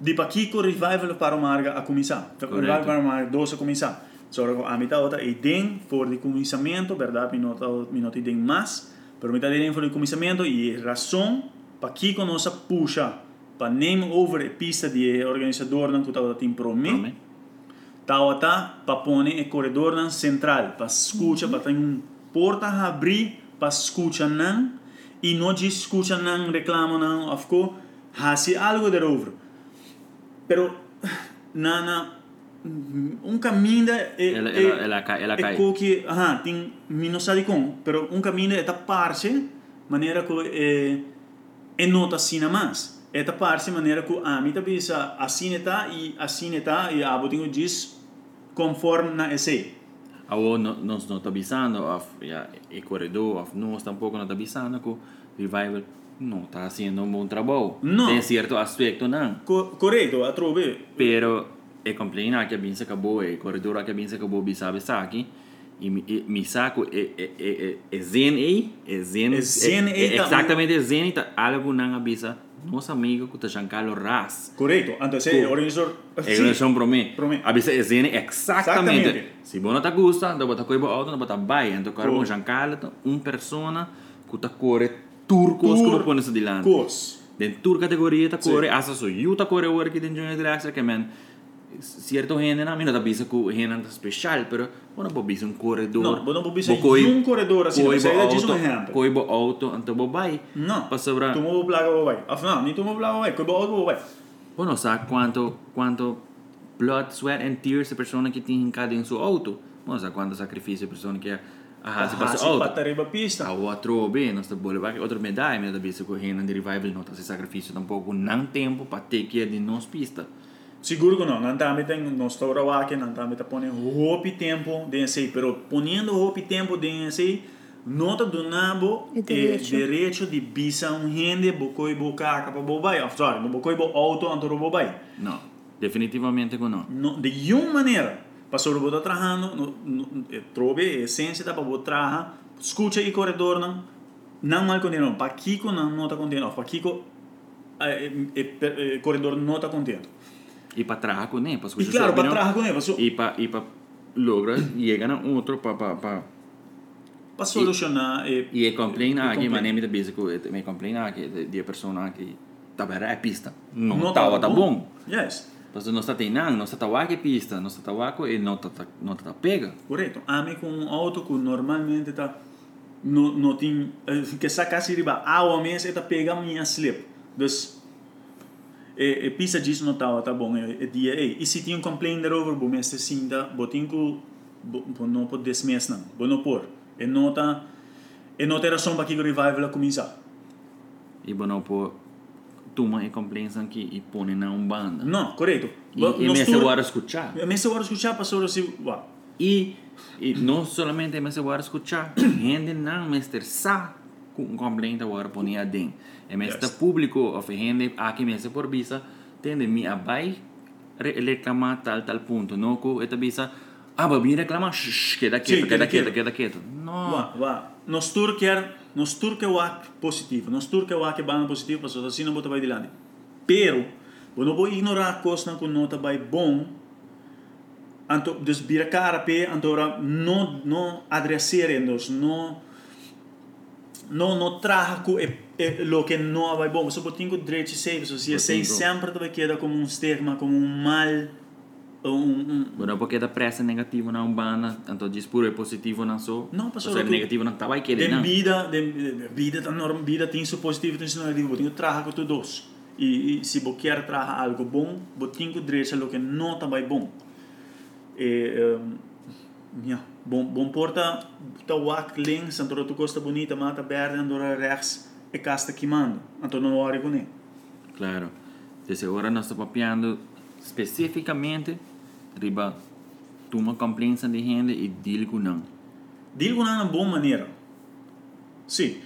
C: de Paquico Revival para Marga a começar. Então,
B: Correto.
C: Revival para Marga 12 a começar. Sora que a mitad outra e den for de começamento, verdade? Mi nota mi nota e den mais, pero mitad e den for de começamento e razão Paquico nossa puxa para name over e pista de organizador não que tava tem promê. Tawata papone e corredor nan central. Pa escucha, pa tem um porta a abrir, pa escucha nan. E não de escucha nan, reclamo nan, afco. Hasi algo de over. Pero, *sighs* na, na, um caminho da... E,
B: Ela-
C: e-
B: ela- ela cai- ela
C: e
B: cai.
C: co que, aham, tem, mi não sabe como, pero um caminho é tapar-se, maneira que é, é nota assim na mais. É tapar-se, maneira que, ah, mi pensa, assim está e assim está, e ah, botinho diz, conforme na essay.
B: Ou não, nós não está tá avisando, ou já, e corredor, ou nós tampouco não está avisando que o Revival não está fazendo um bom trabalho.
C: Não.
B: Tem certo aspecto, não.
C: Co correto, a trove.
B: Pero e complaina che vinse acabou e corredor che vinse acabou bisabe saki e mi, e, mi saco eh, e e e e zen e e zen
C: E zen ei tam-
B: esattamente zen ta algo nan abisa nos amigo cu ta Giancarlo Ras
C: Correto, então, se
B: Co-
C: o organizador... *laughs*
B: e non sono promi
C: Promi.
B: abisa e zen esattamente
C: Esattamente.
B: se buona ta gusta dopo ta coi auto dopo ta bai e to
C: Co-
B: con Giancarlo ta un persona cu ta core turco
C: Tur-
B: scuro pone su di lante
C: Cos.
B: Den tur kategoria ta
C: Sí.
B: kore, asa so yuta kore work i den junior draxa que men cierto genera, mina ta bisa ku genan ta special, pero ona bo bisa un corredor.
C: No, bo non bo bisa yun corredor, así, no,
B: koi bo
C: sai, dai,
B: auto,
C: just un ejemplo.
B: koi bo auto anta bo bai.
C: Não,
B: Pa sobra.
C: tomou plaga bobay. Afinal, nem tomou plaga bobay, coiba outro bobay.
B: Bueno, sa quanto quanto blood, sweat and tears a persona que tem hincado em seu auto. Bueno, sa quanto sacrifício a persona que aha, se
C: Ah,
B: passa Ah, auto.
C: Patareba pista.
B: A outro bem, nós temos que outra medalha, mas também se correndo de revival, não está se sacrifício tampouco, não tempo para ter que ir de nós pista.
C: Seguro que não. Não está metendo no Staurawaque, não tá está metendo ponendo roupa e tempo desse aí. Pero ponendo roupa e tempo desse aí, nota do nabo
A: E
C: é
A: direito.
C: direito de bisa um rende, bocoi bocaca para bobai. Oh, sorry, bocoi bo auto antoro bobai.
B: Não, definitivamente que não.
C: No, de uma maneira, para sobre botar tá trajando, no, no, eh, trobe, essência da para botar traja, escuta e corredor não, não mal contento, para Kiko não nota contento, para Kiko eh, eh, per- eh, corredor não está contento.
B: E para trás com ele, para
C: E claro, para trajar com ele, passou-
B: E para e para logra chega a outro para para para
C: para solucionar eh, e,
B: e complaina aqui, mas
C: complain.
B: nem me básico, me complaina aqui de de pessoa que tá bem é pista. Não
C: Não
B: tava
C: tava
B: tá
C: bom.
B: bom.
C: Yes,
B: Mas não está teinando, não está tawaque pista, não está tawaco e não está tá- não está pega.
C: correto. Ame com um auto que normalmente tá no, no tem eh, que saca se riba água mesmo, tá pega minha slip. Dus e, e eh, pisa disso não tava tá bom, e, e dia ei. E se tinha um complaint de over, bom, este sim tá, botin que bo, bo, não pode desmes não, bo não por. eh, E nota e nota era só para que o revival a começar.
B: E bom por tuma e complainam que e põe na um banda.
C: Não, correto.
B: E, e me se guarda escutar.
C: Me se guarda escutar para sobre se, uau.
B: Y, y no solamente me se voy a
C: *clears throat*
B: escuchar, gente no me estresa con complaint ahora ponía den. En este
C: Yes.
B: público o gente aquí me hace por visa, tiende mi abai re- reclamar tal tal punto, no que esta visa, ah, va bien reclamar, shh, queda quieto,
C: Sí,
B: queda
C: queda
B: quieto,
C: quieto.
B: queda quieto. No.
C: Wa, wa. Nos Turker, nos Turker wak positivo, nos Turker wak ban positivo, para assim não botar vai de lado. Pero, eu não vou ignorar a coisa que não está vai bom, anto desbira cara pe, antora não não adressar nos, não não não traga com é, é, lo que não vai bom, só botinho com direito safe, só se assim
B: Botingo.
C: sempre vai queda como um estigma, como um mal, um, um
B: Bueno, porque da pressa negativo na umbanda, tanto diz puro é positivo na so.
C: No, pa
B: so
C: solo
B: é
C: que-
B: negativo na tabai queda
C: Den
B: na.
C: vida, den eh, vida tá normal, vida tem seu positivo, tem seu negativo, botinho traga com tudo doce. E, e se você quer traga algo bom, botinho com direito a lo que não tá mais bom. E, um, yeah. bom, bom porta, tá wak links, então tu costa bonita, mata verde, andora rechts, e casta queimando. Então não olha com ele.
B: Claro. Desde agora nós estamos papiando especificamente riba tuma complaints de gente e deal com não.
C: Digo na boa maneira. Sim.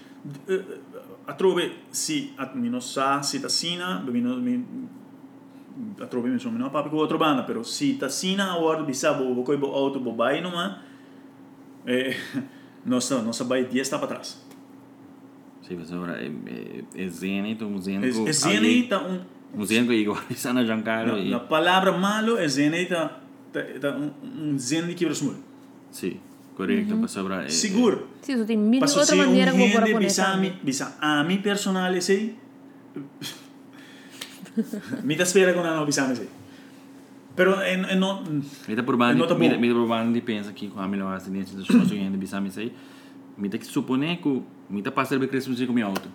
C: Eh, eh, A trove si a mi non sa si tassina, mi non mi a trove mi sono meno papi con l'altro banda, però si tassina a guarda di sabo coi bo auto bo bai *laughs* no ma eh, non sa non sa bai di sta para atrás.
B: Sei você ora é é Zenit, um
C: Es,
B: Zenko.
C: es Zeneita un-
B: Um Zenko *laughs* igual Sana Giancarlo.
C: la,
B: e-
C: la palabra malo es Zeneita ta, un, un Zeni que brasmul.
B: Sim, correto, para sobrar. é-
C: Seguro.
A: Sim, só tem mil e
C: Paso
A: outra
C: si un
A: maneira como né? para
C: gente
A: poner
C: bisa a mi,
A: sabe.
C: bisa a mi personal ese. Mi te espera con ano bisa ese. Pero en, en eh, no mm.
B: Mita eh, por bandi,
C: É nota
B: mita,
C: boa.
B: mita por bandi pensa que com a melhor acidente dos nossos ganhando bisam isso aí. Mita que supone que mita passa bem crescendo de comer alto.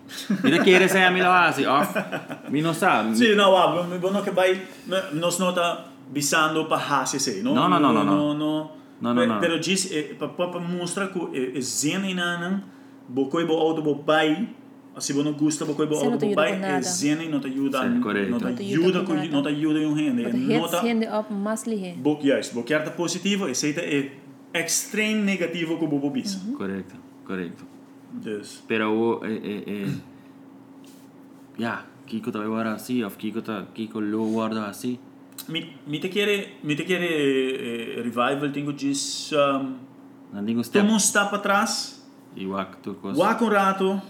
B: Mita quer ser a melhor assim,
C: *laughs*
B: ó. Mi não sabe.
C: Sí, no, va, bueno, bueno que vai, no- nos nota visando para hacer ese, ¿no?
B: No, no, no, no,
C: no,
B: no.
C: no.
B: No, no,
C: Pe-
B: no.
C: Pero diz, eh, para mostrar que eh, eh, zena e nanan, bocoi bo auto bo bai, se você não gosta, bocoi bo
A: Sim, não
C: auto
A: te
C: bo
A: ajuda
C: bai, eh,
A: com
C: é
A: nada.
C: zena e não te ajuda,
B: Sim, correto.
C: não te
B: Não
A: te ajuda
C: ajuda,
A: com
C: com-
A: nada.
C: não te ajuda em um rende,
A: But
C: não
A: heads
C: te
A: hand up masli he.
C: Bo, juist, boekjaarde positief is het eh, extreem negatief ook op Bobo Bis.
B: Correto, correto.
C: Dus
B: Pero o é é é *clears throat* Ya, Kiko tá agora assim, of Kiko tá Kiko low guarda assim.
C: met de keren eh, revival tengo diz um,
B: Não digo step.
C: toma um stap atrás,
B: E o acto coisa.
C: wak um rato,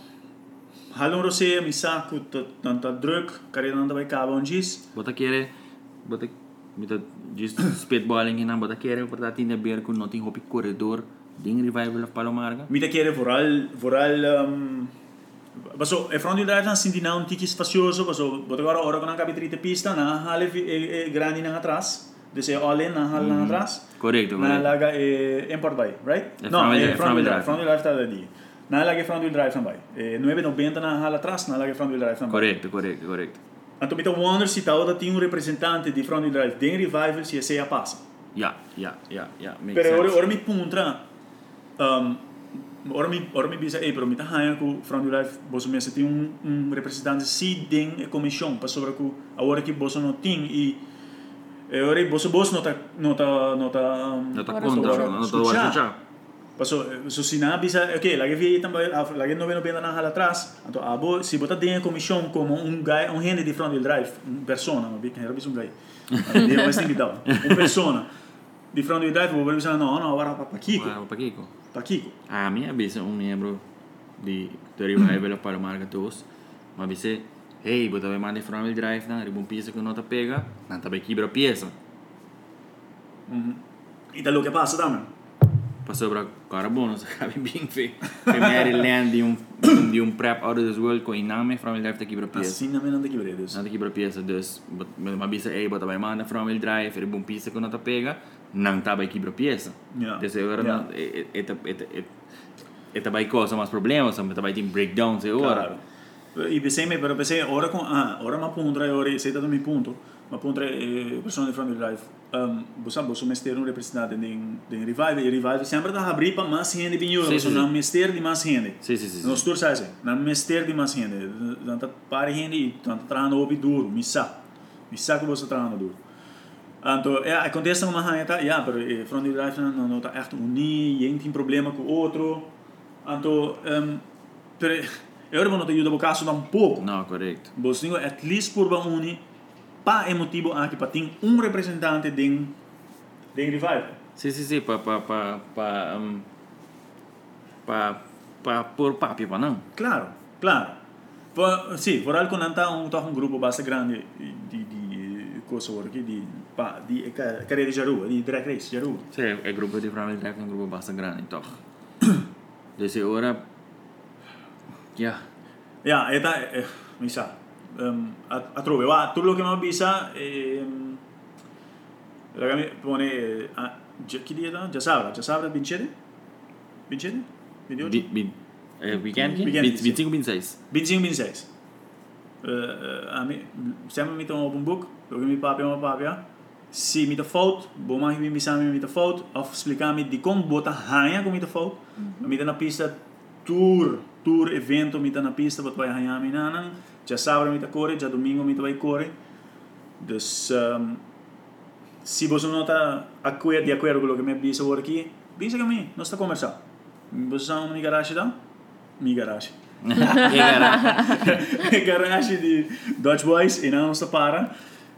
C: halon rosé, mi saco, tanta druk, carinanda vai cava um diz.
B: Bota quer bota mita just
C: *clears throat*
B: spitballing hinan bota quer para tinha beer com nothing hopi corredor ding revival of Palomarga.
C: Met de keren vooral, vooral, um, Baso, e fronte da tan sinti na un tiki spacioso, baso, botagora ora con anche pitrite pista, na hale e, e grani na atrás, dese alle na hale na atrás.
B: Correto,
C: Na
B: correto.
C: laga eh, en part bay, right?
B: É
C: no,
B: front-wheel
C: eh,
B: drive,
C: front wheel
B: front-wheel
C: drive,
B: drive.
C: front wheel drive está ali. Na laga front wheel drive também. Eh, 990 na hala atrás, na laga front wheel drive também.
B: Correto, correto, correto.
C: Então, então, Wonder se tal, tinha um representante de front wheel drive, tem revival, se essa é a passa.
B: Ya, ya, ya, ya. Makes
C: Pero ora,
B: sense.
C: ora me puntra, um, ora me, ora me bisa, eh, pero me tá raia com front wheel drive, você mesmo tem um, um representante, se tem a comissão, para sobre que a hora que você não tem e eh, ora você, você não tá, não tá, não tá, um,
B: No te
A: Ora
B: conta,
A: escucha.
B: no no te voy a escuchar.
C: Paso, so si na bisa, okay, lagi vi também, lagi no vendo bem na hala atrás, ah, então abo, se botar tem comissão como um guy, um hand de front wheel drive, um persona, não vi que era bis um
B: *laughs*
C: guy. Eu vou estar down. Um persona de front wheel drive, vou ver não, não, agora para Kiko,
B: Wow, pa Kiko.
C: para Kiko.
B: A mí a veces un miembro de de revival of Palomarga todos me dice, hey, bota me mande from el drive, na, un pieza que no te pega, na te quebra pieza.
C: Então o que passa também?
B: Passou para carbono, *laughs* sabe bem feio. Primeiro land de um de um prep out of this world com iname from el drive te quebra pieza.
C: Assim na minha anda que bredes.
B: Nada que para pieza, dus, me avisa, ei, bota vai manda from el drive, ele bom pista que não tá pega, não tá vai quebra pieza.
C: Ja.
B: Desse agora,
C: Ja.
B: eta, eta, eta vai causa mais problemas, eta vai ter breakdowns agora.
C: E pensei, mas pero pensei, ora com, ah, ora ma puntra, ora sei dato mi punto, ma puntra eh, persone di front wheel drive. Um, você sabe, você mestre um representante de de revive, e revive sempre da abrir para mais gente pinhura,
B: Sim,
C: você
B: sim,
C: não
B: sim.
C: mestre de mais gente.
B: Sim, sim, sim, sim.
C: Nós todos sabem, não mestre de mais gente, tanta pare gente e tanta trano obi duro, missa. Missa que você trano duro. Então, é, acontece uma ranheta, yeah, pero eh, front wheel drive não não tá echt unir, e um tem problema com o outro. Então, um, pero *laughs* eu não te ajuda a caso um pouco.
B: Não, correto.
C: Bosnigo at least por ba uni pa emotivo anche pa ting un representante din din revival.
B: Sim, sim, sim, para, para, para, para, para, para pôr papi, para não.
C: Claro, claro. Po, sì, vooral con anta un toch un gruppo basta grande di di cosa ora che di pa di eh, ca- carriera di Jaru, di drag race Jaru.
B: Sim, é grupo de Framil Drive, um grupo bastante grande, então. *coughs* Desse agora, yeah.
C: Ja, eta eh, mi sa ehm a, a trove va tutto lo che mi avvisa ehm raga mi pone eh, a, già, chi di età? Già saprà, già saprà vincere? Vincere? Video
B: Bi, bi, eh, weekend,
C: Weekend,
B: Bi-
C: sim.
B: 25, *laughs* 26.
C: 25, 26. Eh, eh, a mi, sempre mi tomo op een boek, ook in mijn papi en mijn papa. Si mi te fout, bo mag mi samen mi te fout, of splika mi di kom bota hanya kom mi te fout. Mi te na pista tour, tour evento mi te na pista wat vai hanya mi nanan. Ja sabra mi te corre, ja domingo mi te vai corre. Dus ehm si vos non sta acquer- di acquerdo quello che mi avvisa ora qui, dice che mi non sta commerciando. Vos sono mi garage da? Mi garage. *laughs* garage de Dodge Boys e não se para.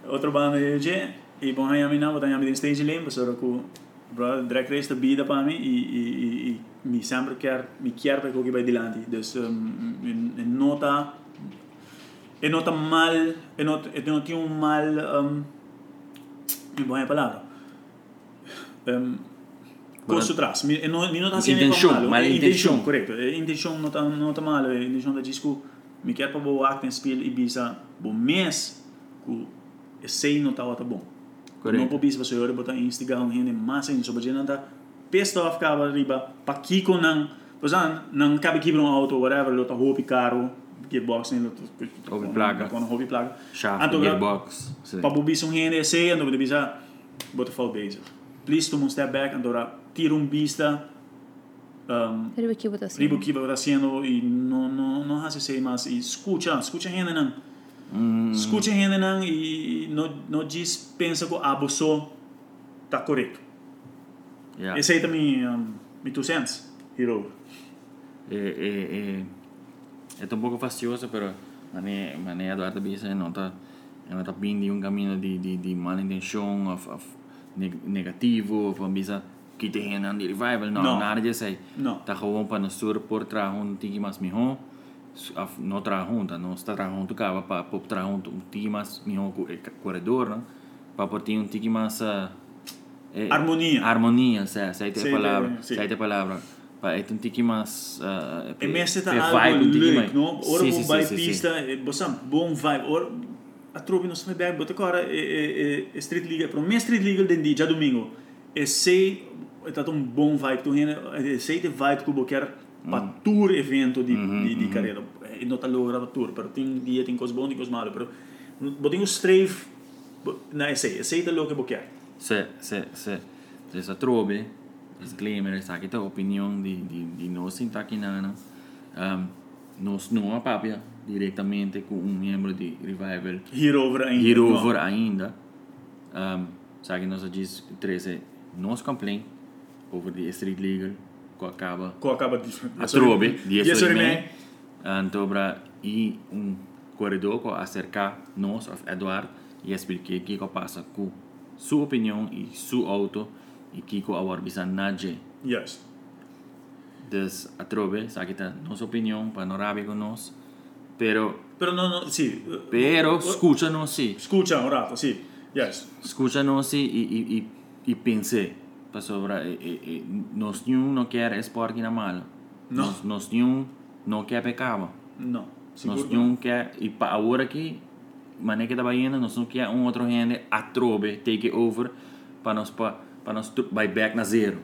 C: Outro banda de EG. E bom, aí a mina, vou ter a mina stage lane, passou com Bro, drag race de bieden van me. Ik mi sempre keer mi keer ben ik ook bij Dilanti. Dus um, in, in nota in nota mal in not in not een mal um, in buona parola. Um, Concentratie. Mi, in, in nota
B: Intention, mal intention.
C: intention, correct. Intention Eh, nota nota mal, intention da disco mi keer pa bo act en speel Ibiza. Bo mes ku sei nota wata bon.
B: Correct.
C: Não pobis você olha botar instigar um rende massa em sobre dinanta pesta off kaba riba pakiko nang posan nang kabe kibro um auto whatever lota hopi caro gearbox nem lota
B: Hopi placa.
C: com hopi placa
B: Shaft, gearbox. Sim.
C: Ah, pa pobis um rende sei ando de bisa ah, bota fall bezig please toma um step back ando ra tira um vista um,
A: Riba aqui, bota assim.
C: riba kiba está sendo e não não não hace sei mas e escuta escuta rende nang Escute gente não e não, não diz, pensa que o abuso está correto.
B: Ja.
C: Esse aí também um, me tu sentes, hero.
B: eh, eh, eh, esto es un poco fastidioso, pero mané, mané Eduardo Bisa en nota, en nota bindi un camino de, de, de mala intención of, of neg negativo, of een Bisa que te generan de revival, no,
C: No.
B: nada de eso.
C: No.
B: Está gewoon para nosotros por trabajar un tiki más mejor, of no trabajar juntas, no está trabajando tu cava, para por trabajar un un tiki más mejor co- eh, corredor, ¿no? Para por tener un tiki más... ah, eh,
C: Harmonia.
B: Harmonia, o sea, esa es la
C: Sim,
B: palavra.
C: sim.
B: Essa é a palavra. Pa, é um tique mais... Uh,
C: E mestre tá
B: é
C: algo
B: um tique
C: leuk,
B: mais-
C: não? Ora
B: Sim,
C: bom
B: sim,
C: vai
B: sim, sim, sim.
C: pista, e bossa bom vibe. Ora a tropa não se bem, bota agora e, e, e street legal, para mim street legal den dia domingo. E sei está um bom vibe tu rende, e sei de vibe que eu quero para tour evento de de, de carreira. E não tá logra para tour, para tem dia tem coisas boas, tem coisas malas, pero botinho strafe na sei, sei de logo que eu quero.
B: Se, se, se, se sa trobe, disclaimer, sa kita opinion di, di, di nos in Taquinana, um, nos não apapia diretamente com um membro de Revival
C: Hierover ainda.
B: Hierover ainda, um, sa que nós diz 13, nos complain over the street legal, que acaba
C: Qual acaba de
B: a trobe di
C: Yes, sorry,
B: essere me
C: man.
B: antobra i un corredor co acerca nos of Eduard e explique que co passa cu sua opinião e sua auto e que co awar bisa nage
C: Yes.
B: des atrobe sa kita nos opinião panorabe con nos pero
C: Pero no, no, sí.
B: pero escucha nos si
C: Escucha un rato, sí. Yes.
B: escucha nos si e e e, e pense pa sobra e, e, e nos nenhum não quer expor que na mala
C: No.
B: nos nos nenhum não quer pecava
C: No.
B: Nós
C: Seguro.
B: não quer e para agora aqui, mané que tá baiana, nós não quer um outro rende atrobe take over para nós para para nós tur- vai back na zero.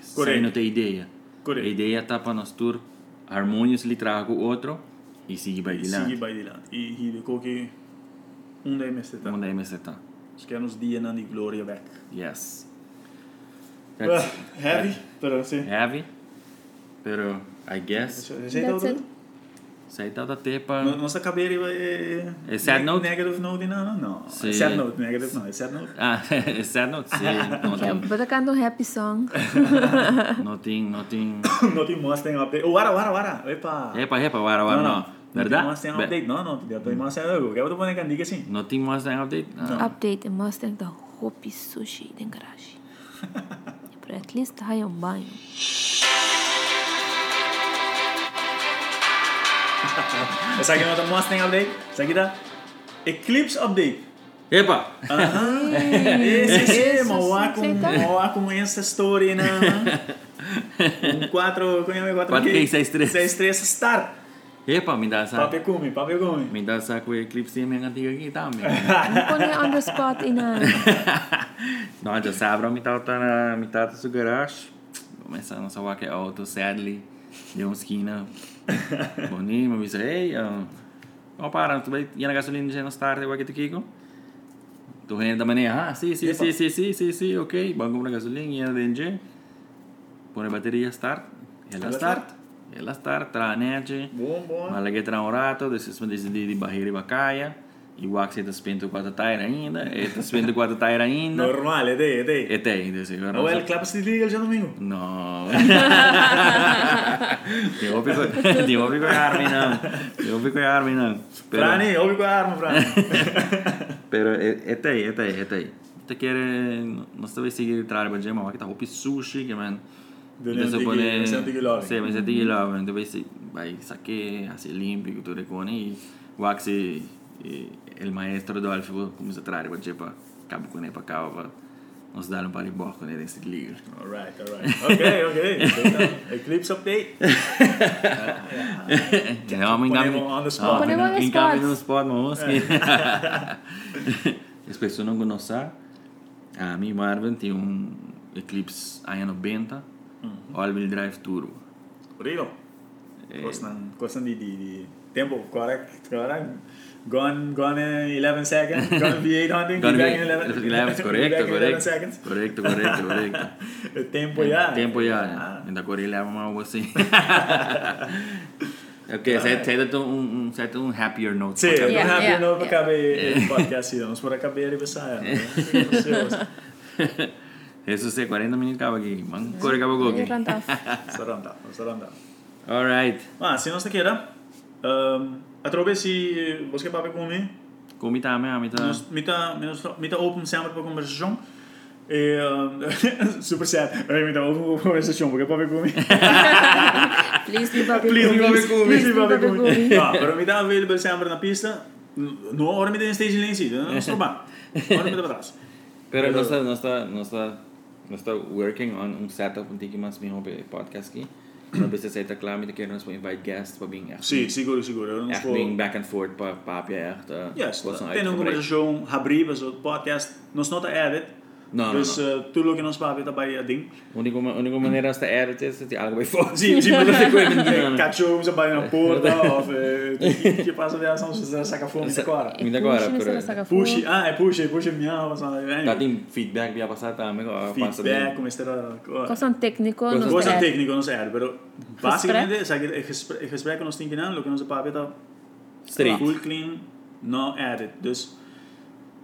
B: Sem
C: Correto.
B: não ter ideia.
C: Correto.
B: A ideia tá para nós tur harmonious lhe trago outro e seguir vai de lá.
C: Sigue bailando. Y Hibe Koki, un de mes está.
B: Onde é que tá?
C: Que é nos dias na de Gloria back.
B: Yes.
C: Well,
B: That's
C: heavy, pero sí.
B: heavy. Pero I guess
A: That's it.
B: isso aí tá da tepa.
C: Nossa cabeça é.
B: É sad note?
C: eh, Negative note, não, não. não.
B: Sim.
C: Sad note, negative não. É sad note. *laughs*
B: Ah, *laughs* sad note. Sim, não
A: Okay,
B: tem,
A: bota canta um
C: *laughs*
A: happy song.
B: não tem, não tem.
C: Não te mostra em update. Wara, wara, wara. Epa.
B: Epa, epa, vara, vara, não.
C: Não
B: Verdade?
C: te mostra em
B: Be-
C: update, não, não. Não te mostra em update. Eu vou poner candiga assim.
B: Não tem mais nenhum update? Ah,
A: Update en Mustang da Hopi Sushi
C: *laughs*
A: den garage. Pero at least hij een banho.
C: Essa aqui não tá Mustang update. Essa aqui tá Eclipse update.
B: Epa!
C: Ah, Esse é
A: Isso,
C: Mauá
A: sim,
C: com
A: sim, tá.
C: Mauá com é essa story na um 4, como é 4
B: Quatro, quinze, seis, três. Tá.
C: 6 3 start.
B: Epa, me dá essa.
C: Papi come, papi come.
B: Me dá essa com o eclipse minha antiga aqui
C: *laughs*
B: tá, também.
A: Me pone on the spot in a...
B: Não, já sabe, me tá tá na metade do garagem. Começando a salvar que é auto, sadly. Deu uma
C: *laughs*
B: esquina. Bonito, me disse, ei, ah, não para, tu vai ir na gasolina já não tarde, eu aqui te Kiko. Tu rende da maneira, ah, sim, sim,
C: Epa.
B: sim, sim, sim, sim, sim, ok. Vamos comprar gasolina, ia vender. Põe a bateria, start. Ela
C: Ela
B: start. Ela start, tra a neve.
C: Bom, bom.
B: Malaga tra um rato, desses decidi de barreira e bacaia. E o Axel está subindo quatro tires ainda. Ele está subindo quatro tires ainda.
C: Normal, é de, é de.
B: E tem, desse.
C: Ou ela clapa se liga já domingo.
B: Não. Devo pico- devo picoiarmi, não. Devo picoiarmi, não. Pero,
C: Frani, ouve com a arma, Frani.
B: pero é é tem, é tem, é tem. te quiere, no te vill seguir trabalhando, man kan ta hopp i sushi, que man.
C: Δεν είναι ότι και- σε ότι και λάβει.
B: Sí, me sentí que la gente va y saque, hace limpio, tú recones y waxi el maestro do alfa começa a trabalhar para para cabo com ele para cá para nos dar um par de boas com ele nesse liga.
C: Alright, alright. Okay, okay. Então, Eclipse update.
B: *laughs* Vamos
C: Ponemos on the spot.
A: Ponemos on the
B: Em caminho
A: spot.
B: no spot, vamos.
C: Eh.
B: *laughs* As pessoas não conhecem. A mim, Marvin, tem um Eclipse A90 All-Wheel Drive Turbo.
C: Rino. Eh. Kostan, kostan di, di, di tempo, correct, correct. Gone, gone in 11 *laughs* seconds. Gone V8 hunting.
B: Gonna
C: be
B: be-
C: back in *laughs* 11, be
B: Correcto,
C: back in 11
B: correcto.
C: seconds.
B: Correcto, correcto, correcto.
C: El *laughs* tiempo ya.
B: Tempo
C: Ah.
B: já. Ainda agora ele é
C: *laughs*
B: algo *laughs* assim. É porque você tem um, um certo um happier note.
C: Sí,
A: Yeah,
C: yeah,
A: yeah,
C: no
A: yeah.
C: acabé *laughs* el podcast y vamos por acabar y besar. ¿no?
B: Isso é 40 minutos acaba aqui. Vamos correr acaba
A: Je
B: aqui.
A: runt af.
C: Soranda, soranda.
B: Alright.
C: Ah, si no se queda, um, atrobe si vos que papi conmigo.
B: Comi também, a mitad.
C: Nós, muita, nós, muita open sempre para conversação. E, um, super sad. Eh, Muita open para conversação, porque papi conmigo.
A: Please be babi
C: Please,
A: gummies.
C: Bobby Gumi.
A: Please be babi gummies.
C: Ja, pero me da available sempre na pista. No, ahora me da stage lane seat, não é normal. Ahora me da para trás.
B: Pero no está, no está, no está, no está working on um setup um pouquinho mais melhor para podcast
C: *clears throat*
B: aqui. Uma vez você está claro, me quer nós para invite guests para vir.
C: Sim, seguro, seguro. Eu não
B: Echt
C: sou...
B: bem back and forth para papo echt. eh,
C: Yes,
B: wat zijn
C: tem uma
B: uitgebreid.
C: conversação, abrir, o podcast, nós não está edit.
B: Não, não,
C: Dus eh, tudo o que nós papi está bem a ding.
B: única, única maneira de edit é se algo vai fora.
C: Sim, sim,
B: mas eu coisa não.
C: Cachorro, você bate na porta, ou que, que passa a reação se você saca fome agora.
A: Ik
B: Niet
A: push
B: akkoord,
A: hem,
B: akkoord.
A: zelfs dat ik voel.
C: Puxa, ah, é puxa, puxa minha, passa
B: Tá
C: na...
B: tem feedback via passar também, ó, passa
C: Feedback,
B: bem.
C: comecei a...
A: Kost een technico.
B: Kost
A: nog
B: een-
C: Kost een
A: daar.
C: technico, no sé, pero básicamente es el gesprek, el gesprek que nos tienen en lo que nos papi está
B: Straight.
C: full clean, no added. Dus,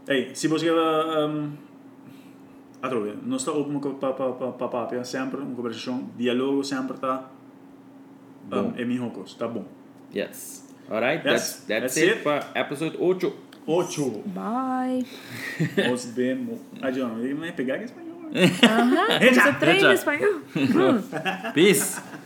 C: hey, si vos lleva, um, a trobe, no está open con pa, pa, pa, pa papi, siempre una conversación, diálogo siempre está um,
B: Bom.
C: en mi jocos, está bom.
B: Yes.
C: Yes,
B: Alright, that's, that's,
C: that's
B: it,
C: it.
B: para episode 8.
C: Ocho,
A: Bye.
C: os vemos. Adiós, me pegar que español.
A: Ajá. Vamos a
B: hecha.
A: traer en español.
B: Peace.